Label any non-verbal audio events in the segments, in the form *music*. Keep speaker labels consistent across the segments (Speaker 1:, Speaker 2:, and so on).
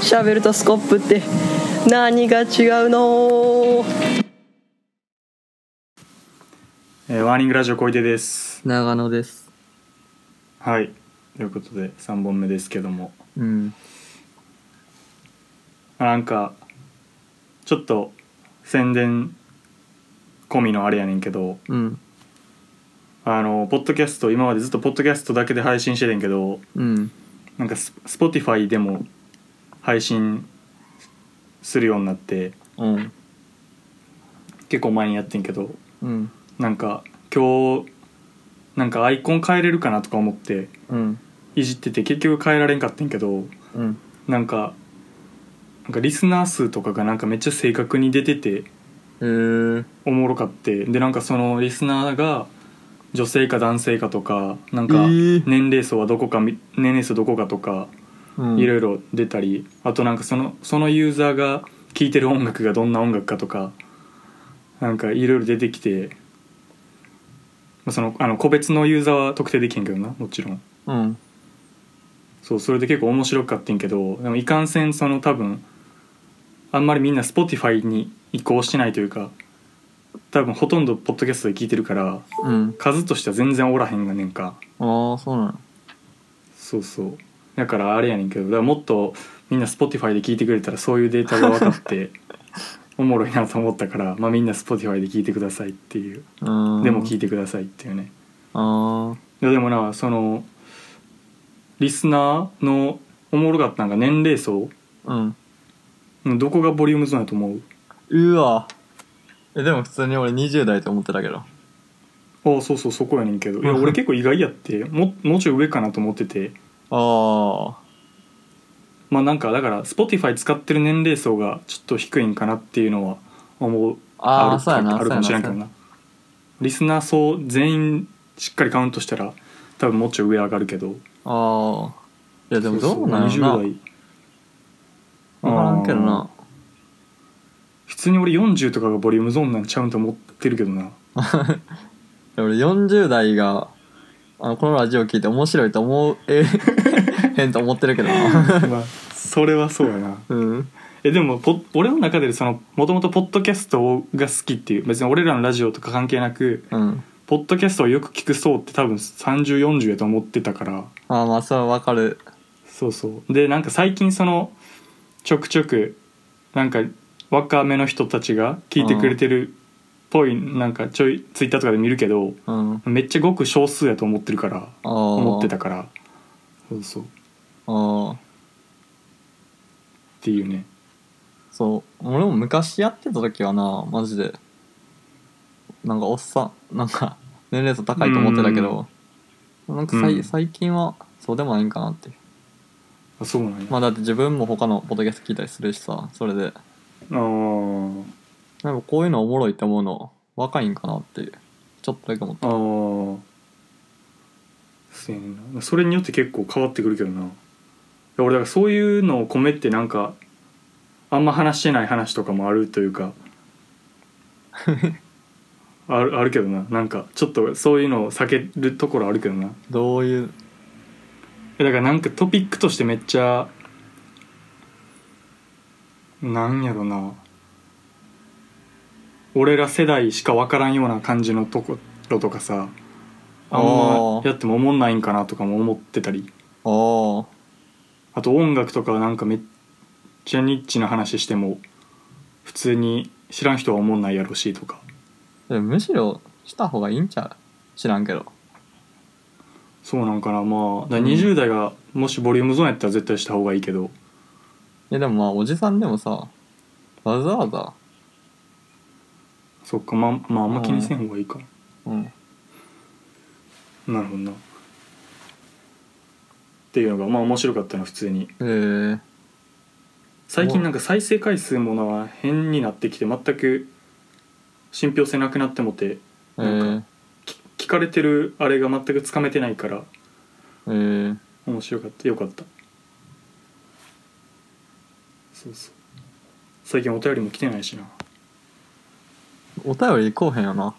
Speaker 1: シャベルとスコップって何が違うの
Speaker 2: えーワーニングラジオ小出です
Speaker 3: 長野です
Speaker 2: はいということで3本目ですけども
Speaker 3: うん
Speaker 2: あなんかちょっと宣伝込みのあれやねんけど
Speaker 3: うん
Speaker 2: あのポッドキャスト今までずっとポッドキャストだけで配信しててんけど
Speaker 3: うん
Speaker 2: なんかススポティファイでも配信するようになって
Speaker 3: うん
Speaker 2: 結構前にやってんけど
Speaker 3: うん
Speaker 2: なんか今日なんかアイコン変えれるかなとか思って
Speaker 3: うん
Speaker 2: いじってて結局変えられんかってんけど
Speaker 3: うん
Speaker 2: なんかなんかリスナー数とかがなんかめっちゃ正確に出てて
Speaker 3: えー、
Speaker 2: おもろかってでなんかそのリスナーが女性か男性かとかなんか
Speaker 3: えー
Speaker 2: 年齢層はどこかみ年齢層どこかとか
Speaker 3: うん、
Speaker 2: いろいろ出たりあとなんかそのそのユーザーが聴いてる音楽がどんな音楽かとかなんかいろいろ出てきてまあそのあの個別のユーザーは特定できへんけどなもちろん
Speaker 3: うん
Speaker 2: そうそれで結構面白かってんけどでもいかんせんその多分あんまりみんな Spotify に移行してないというか多分ほとんどポッドキャストで聞いてるから
Speaker 3: うん
Speaker 2: 数としては全然おらへんがねんか
Speaker 3: ああそうなの
Speaker 2: そうそうだからあれやねんけどだからもっとみんな Spotify で聞いてくれたらそういうデータが分かって
Speaker 3: *laughs*
Speaker 2: おもろいなと思ったから、まあ、みんな Spotify で聞いてくださいっていう
Speaker 3: うん
Speaker 2: でも聞いてくださいっていうね
Speaker 3: あ
Speaker 2: いやでもなそのリスナーのおもろかったんが年齢層
Speaker 3: あうん
Speaker 2: どこがボリュームゾーンやと思う
Speaker 3: うわえでも普通に俺20代と思ってたけど
Speaker 2: ああそうそうそこやねんけどいや俺結構意外やってももうちょい上かなと思ってて
Speaker 3: ああ
Speaker 2: まあなんかだから Spotify 使ってる年齢層がちょっと低いんかなっていうのは思う
Speaker 3: あー
Speaker 2: る
Speaker 3: そうやな
Speaker 2: あるかもし
Speaker 3: そうや
Speaker 2: れん
Speaker 3: な
Speaker 2: けどなリスナー層全員しっかりカウントしたら多分もうちょい上上がるけど
Speaker 3: ああいやでもどうなんや
Speaker 2: そ
Speaker 3: ろ
Speaker 2: そ
Speaker 3: な
Speaker 2: 20代
Speaker 3: 分からんけどな
Speaker 2: 普通に俺40とかがボリュームゾーンなんちゃうんと思ってるけどない *laughs*
Speaker 3: や俺40代があのこのラジオ聞いて面白いと思うえ *laughs* 変と思ってるけど
Speaker 2: *laughs*
Speaker 3: な
Speaker 2: まあそれはそうやな
Speaker 3: うん
Speaker 2: えでもポ俺の中でそのもともとポッドキャストが好きっていう別に俺らのラジオとか関係なく
Speaker 3: うん
Speaker 2: ポッドキャストをよく聞く層って多分3040やと思ってたから
Speaker 3: あーまあそれはわかる
Speaker 2: そうそうでなんか最近そのちょくちょくなんか若めの人たちが聞いてくれてるっぽいなんかちょいツイッターとかで見るけど
Speaker 3: うんあ
Speaker 2: めっちゃごく少数やと思ってるから
Speaker 3: あ
Speaker 2: 思ってたからそうそうっ
Speaker 3: ああ
Speaker 2: ていうね
Speaker 3: そう俺も昔やってた時はなマジでなんかおっさんなんか年齢層高いと思ってたけどなんかさい、
Speaker 2: うん
Speaker 3: 最近はそうでもないんかなって
Speaker 2: あそうなんや、
Speaker 3: まあだって自分も他のポッドキャスト聞いたりするしさそれで
Speaker 2: あー
Speaker 3: なんかこういうのおもろいって思うの若いんかなっていうちょっとだけ思った
Speaker 2: あーそうやねんなそれによって結構変わってくるけどないや俺だからそういうのを込めってなんかあんま話してない話とかもあるという *laughs* かあるあるけどななんかちょっとそういうのを避けるところあるけどな
Speaker 3: どういう
Speaker 2: えだからなんかトピックとしてめっちゃなんやろな俺ら世代しか分からんような感じのところとかさあんまやってもおもんないんかなとかも思ってたり
Speaker 3: ああ
Speaker 2: あと音楽とかはなんかめっちゃニッチな話しても普通に知らん人はおもんないやろしとか
Speaker 3: でもむしろした方がいいんちゃう知らんけど
Speaker 2: そうなんかなまあだから
Speaker 3: うん
Speaker 2: 20代がもしボリュームゾーンやったら絶対した方がいいけど
Speaker 3: えでもまあおじさんでもさわざわざ
Speaker 2: そっかまあまああんま気にせん方がいいか
Speaker 3: うん
Speaker 2: なるほどなっていうのがまあ面白かったな普通に
Speaker 3: えー、
Speaker 2: 最近なんか再生回数もな変になってきて全く信憑性なくなってもて
Speaker 3: え
Speaker 2: なん
Speaker 3: ー、
Speaker 2: き聞かれてるあれが全くつかめてないから
Speaker 3: えー、
Speaker 2: 面白かったよかったそうそう最近お便りも来てないしな
Speaker 3: お便り行こうへんよ
Speaker 2: *laughs*
Speaker 3: な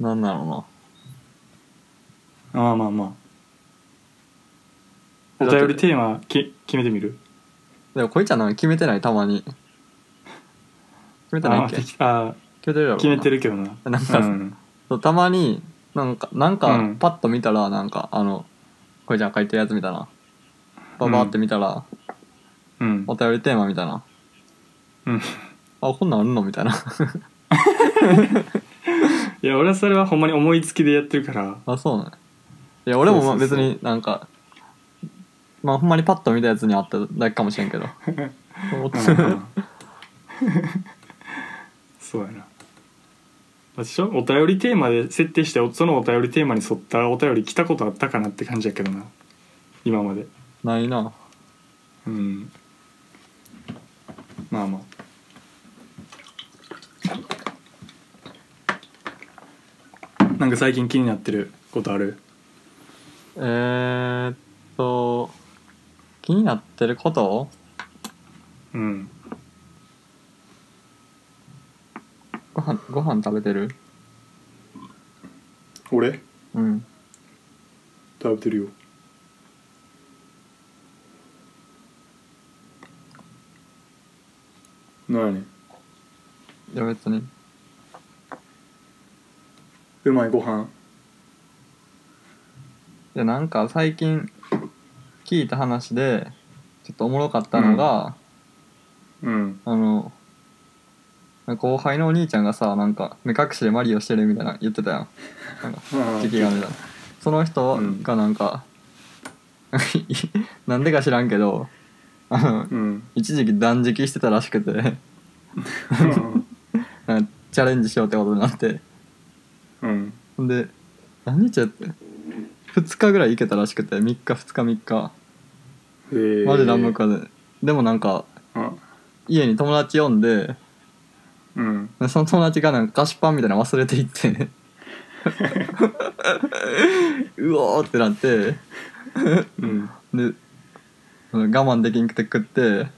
Speaker 3: なんだろうな
Speaker 2: ああまあまお便りテーマき決めてみる
Speaker 3: でもこいちゃんなんか決めてないたまに決めてない
Speaker 2: あ
Speaker 3: っけ決
Speaker 2: 適あ
Speaker 3: めてるやろ
Speaker 2: 決めて
Speaker 3: る
Speaker 2: るけどな
Speaker 3: なんか
Speaker 2: うん
Speaker 3: そうたまになんかなん
Speaker 2: う
Speaker 3: か
Speaker 2: ん
Speaker 3: パッと見たらなんか、あのこいちゃん書いてるやつみたいなババーって見たら、
Speaker 2: うん
Speaker 3: お便りテーマみたいな
Speaker 2: うん
Speaker 3: あこんなんあるのみたいな *laughs*
Speaker 2: いや俺はそれはほんまに思いつきでやってるから
Speaker 3: あそうねいや俺もまあ
Speaker 2: そう
Speaker 3: 別
Speaker 2: そうそう
Speaker 3: になんかまあほんまにパッと見たやつにあっただけかもしれん
Speaker 2: *laughs*
Speaker 3: けど思って
Speaker 2: うんそうやな私はお便りテーマで設定してそのお便りテーマに沿ったお便り来たことあったかなって感じやけどな今まで
Speaker 3: *laughs* ないな
Speaker 2: うんまあまあなんか最近気になってることある
Speaker 3: えー、っと気になってること
Speaker 2: うん
Speaker 3: ご飯ご飯食べてる
Speaker 2: 俺
Speaker 3: うん
Speaker 2: 食べてるよなんやねん
Speaker 3: いや別に
Speaker 2: うまいご飯
Speaker 3: でなんか最近聞いた話でちょっとおもろかったのが、
Speaker 2: うん
Speaker 3: あの後輩のお兄ちゃんがさなんか目隠しでマリオしてるみたいな言ってたやんなんか時期がみたいなその人がなんか、 *laughs* なんでか知らんけどあの
Speaker 2: うん
Speaker 3: 一時期断食してたらしくてなんかチャレンジしようってことになって
Speaker 2: うん
Speaker 3: ほんで何日やって2日ぐらい行けたらしくて3日2日3日
Speaker 2: えー
Speaker 3: マジ何もかで、でもなんか
Speaker 2: あ
Speaker 3: 家に友達呼んで
Speaker 2: うん
Speaker 3: その友達がなんか菓子パンみたいなの忘れていって *laughs* うおーってなって
Speaker 2: うん
Speaker 3: でその我慢できんくて食って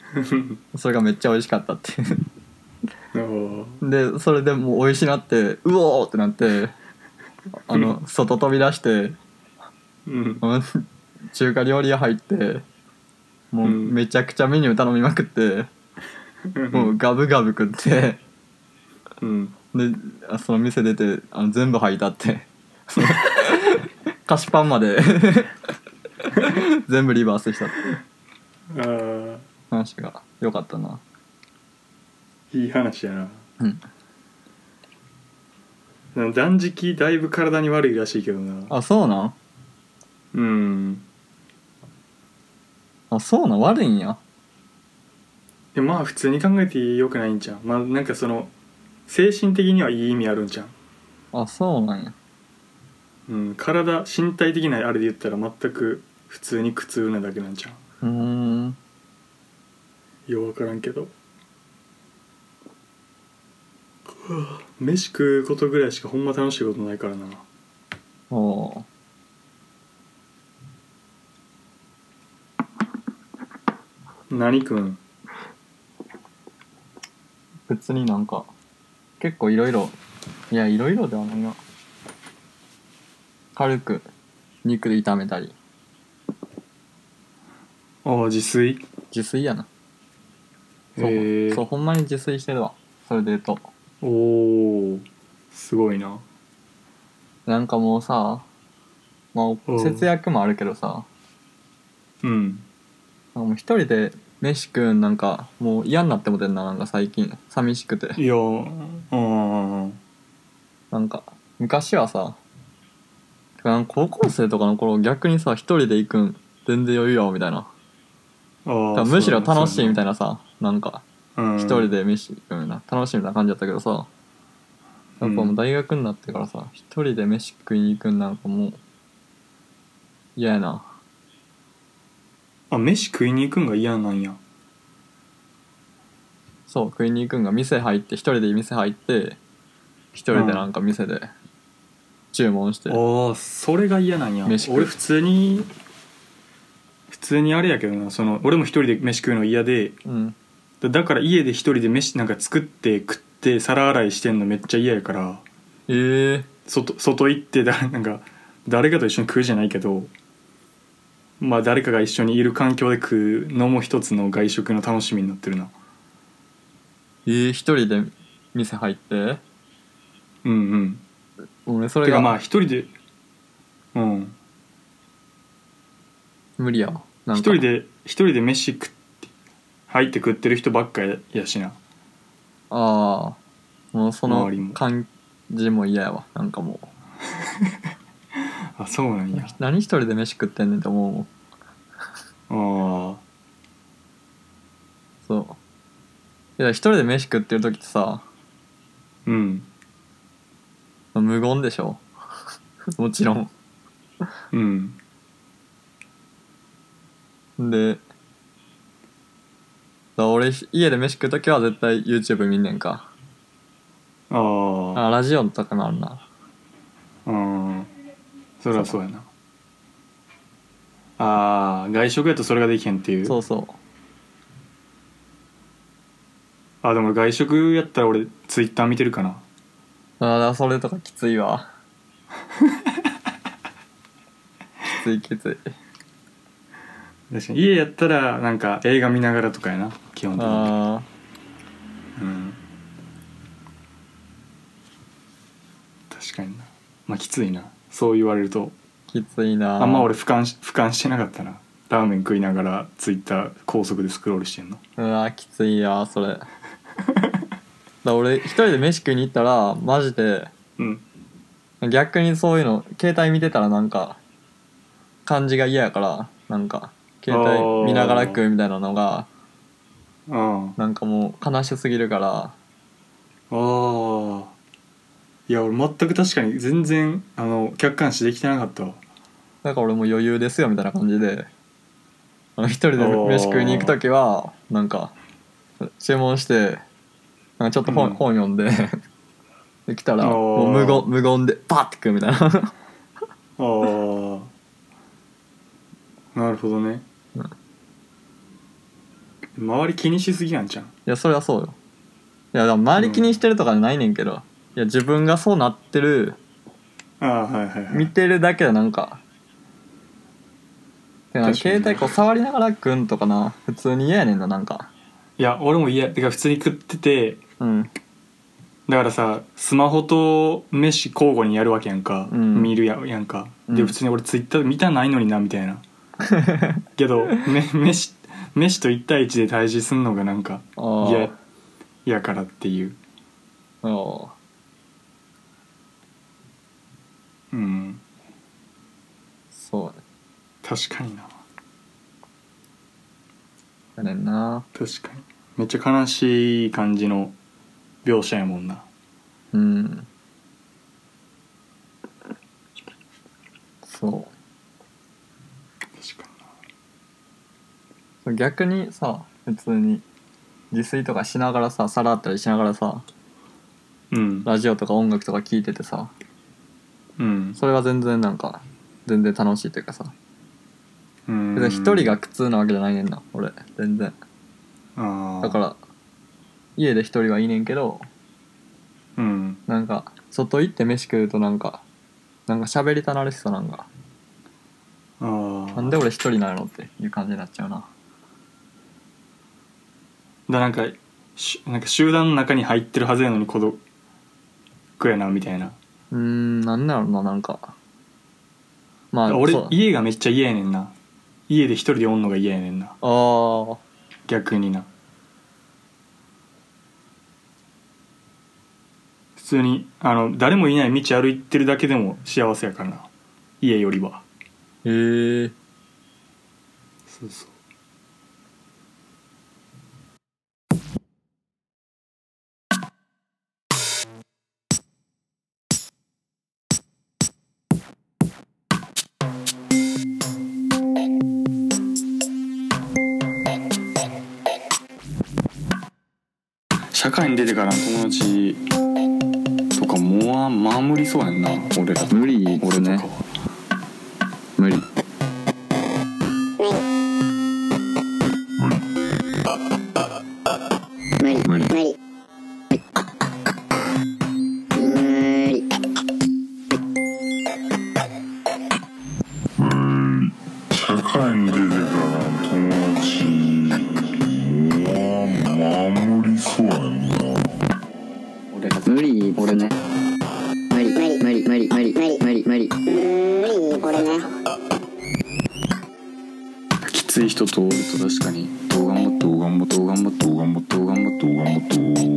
Speaker 2: *laughs*
Speaker 3: それがめっちゃ美味しかったって *laughs* いう
Speaker 2: おー
Speaker 3: でそれでもう美味しなってうおーってなってあの外飛び出して *laughs*
Speaker 2: うん
Speaker 3: あの中華料理屋入ってもう
Speaker 2: うん
Speaker 3: めちゃくちゃメニュー頼みまくってもうガブガブ食って
Speaker 2: うん
Speaker 3: であその店出てあの全部吐いたって *laughs* その菓子パンまで *laughs* 全部リバースしたって
Speaker 2: あー
Speaker 3: 話が良かったない
Speaker 2: い話やな
Speaker 3: うん
Speaker 2: でも断食だいぶ体に悪いらしいけどな
Speaker 3: あそうなん
Speaker 2: うん
Speaker 3: あそうなん悪いんや
Speaker 2: でまあ普通に考えてよくないんじゃんまあなんかその精神的にはいい意味あるんじゃん
Speaker 3: あそうなんや
Speaker 2: うん体身体的なあれで言ったら全く普通に苦痛なだけなんじゃ
Speaker 3: うーん
Speaker 2: んよう分からんけどうわ飯食うことぐらいしかほんま楽しいことないからな
Speaker 3: おー
Speaker 2: 何くん
Speaker 3: 別になんか結構いろいろいやいろいろではないな軽く肉で炒めたり
Speaker 2: ああ自炊
Speaker 3: 自炊やなそう,、
Speaker 2: へー
Speaker 3: そうほんまに自炊してるわそれで言うと
Speaker 2: おおすごいな
Speaker 3: なんかもうさま
Speaker 2: うん
Speaker 3: あ節約もあるけどさ、
Speaker 2: うん
Speaker 3: なんかもう一人で飯食うんなんかもう嫌になってもてんななんか最近寂しくて
Speaker 2: いやうん
Speaker 3: なんか昔はさてかなんか高校生とかの頃逆にさ一人で行くん全然余裕やわみたいなだから
Speaker 2: あ
Speaker 3: むしろ楽しいみたい
Speaker 2: な
Speaker 3: なさなんか
Speaker 2: 一
Speaker 3: 一人で飯食うな楽しいみたいな感じだったけどさやっぱもう大学になってからさ一人で飯食いに行くんなんかもう嫌やな
Speaker 2: あ飯食いに行くんが嫌なんや
Speaker 3: そう食いに行くんが店入って一人で店入って一人でなんか店で注文して、
Speaker 2: ああそれが嫌なんや
Speaker 3: 飯食う
Speaker 2: 俺普通に普通にあれやけどなその俺も一人で飯食うの嫌で
Speaker 3: うん
Speaker 2: だだから家で一人で飯なんか作って食って皿洗いしてんのめっちゃ嫌やから
Speaker 3: えー、
Speaker 2: 外外行ってだなんか誰かと一緒に食うじゃないけどまあ誰かが一緒にいる環境で食うのも一つの外食の楽しみになってるな
Speaker 3: えー、一人で店入って
Speaker 2: うんうん
Speaker 3: 俺それ
Speaker 2: てかま
Speaker 3: が
Speaker 2: あ一人でうん
Speaker 3: 無理やわなん
Speaker 2: 一
Speaker 3: か
Speaker 2: 人で一人で飯食って入って食ってる人ばっかややしな
Speaker 3: ああもうその
Speaker 2: 周りも
Speaker 3: 感じも嫌やわなんかもう
Speaker 2: あそうなんや
Speaker 3: 何一人で飯食ってんねんって思うもん
Speaker 2: あー
Speaker 3: そういや一人で飯食ってる時ってさ
Speaker 2: うん
Speaker 3: 無言でしょ *laughs* もちろん
Speaker 2: うん
Speaker 3: でだから俺家で飯食う時は絶対 YouTube 見んねんか
Speaker 2: あー
Speaker 3: あラジオとかなるな
Speaker 2: あーそれはそうやなあー外食やとそれができへんっていう
Speaker 3: そうそう
Speaker 2: あでも俺外食やったら俺ツイッター見てるかな
Speaker 3: あーだからそれとかきつい
Speaker 2: *laughs*
Speaker 3: わきついきつい
Speaker 2: 確かに家やったらなんか映画見ながらとかやな基本的に、
Speaker 3: あ
Speaker 2: うん、確かになまあきついなそう言われると
Speaker 3: ーきついなー
Speaker 2: あんま俺俯瞰し俯瞰してなかったなラーメン食いながらツイッター高速でスクロールしてんの
Speaker 3: うわきついやそれだから俺一人で飯食いに行ったらマジで
Speaker 2: うん
Speaker 3: 逆にそういうの携帯見てたらなんか感じが嫌やからなんか携帯見ながら食うみたいなのが
Speaker 2: ああ
Speaker 3: なんかもう悲しすぎるから
Speaker 2: あーいや俺全く確かに全然あの客観視できてなかったわ
Speaker 3: だから俺もう余裕ですよみたいな感じであの一人で飯食いに行く時はなんか注文してなんかちょっと本,、
Speaker 2: うん
Speaker 3: 本読んでできたら
Speaker 2: あー
Speaker 3: もう無言無言でパッて食うみたいな *laughs*
Speaker 2: あー *laughs* なるほどね、周り気にしすぎやんじゃん
Speaker 3: いやそれはそうよいやでも周り気にしてるとかじゃないねんけど、いや自分がそうなってる
Speaker 2: ああはいはいは
Speaker 3: 見
Speaker 2: い
Speaker 3: てるだけでなんかでなんか
Speaker 2: 確かに
Speaker 3: 携帯こう触りながらくんとかな普通に嫌やねんななんか
Speaker 2: いや俺も嫌てか普通に食ってて
Speaker 3: うん
Speaker 2: だからさスマホと飯交互にやるわけやんか、
Speaker 3: うん
Speaker 2: 見るややんかで
Speaker 3: うん
Speaker 2: 普通に俺ツイッター見たないのになみたいなけど、め *laughs* 飯飯と1対1で対峙すんのがなんか
Speaker 3: あー
Speaker 2: 嫌やからっていう
Speaker 3: あー
Speaker 2: うん
Speaker 3: そうやね
Speaker 2: 確かにな
Speaker 3: やねんな
Speaker 2: 確かにめっちゃ悲しい感じの描写やもんな
Speaker 3: うんそ
Speaker 2: 確かにな
Speaker 3: う逆にさ普通に自炊とかしながらさ皿あったりしながらさ
Speaker 2: うん
Speaker 3: ラジオとか音楽とか聞いててさ
Speaker 2: うん
Speaker 3: それは全然なんか全然楽しいというかさ
Speaker 2: うん
Speaker 3: 別に一人が苦痛なわけじゃないねんな俺全然
Speaker 2: あ
Speaker 3: だからら家で一人はいいねんけど
Speaker 2: うん
Speaker 3: なんか外行って飯食うとなんかなんか喋りたなるしさなんか
Speaker 2: あー
Speaker 3: なんで俺一人なのっていう感じになっちゃうな
Speaker 2: だなんかしなんか集団の中に入ってるはずやのに孤独やなみたいな、
Speaker 3: うーんなんだろうななんかまあ
Speaker 2: 俺
Speaker 3: そう
Speaker 2: 家がめっちゃ嫌やねんな家で一人でおんのが嫌やねんな
Speaker 3: あー
Speaker 2: 逆にな普通にあの誰もいない道歩いてるだけでも幸せやからな家よりは
Speaker 3: へえ
Speaker 2: そうそう社会に出てからの友達とかもうまあ無理そうやんな俺ら
Speaker 3: 無理っす
Speaker 2: 俺とか
Speaker 3: ね
Speaker 2: は。
Speaker 3: 無理
Speaker 4: 無理無理無理無理
Speaker 5: 社会界に出てからの友達まあ守りそうやんな
Speaker 6: 俺無理俺ね
Speaker 4: 無理無理無理無理無理無理無理無理無理これね
Speaker 6: きつい人とおると確かにどう頑張ってどう頑張ってどう頑張ってどう頑張ってどう頑張ってどう頑張って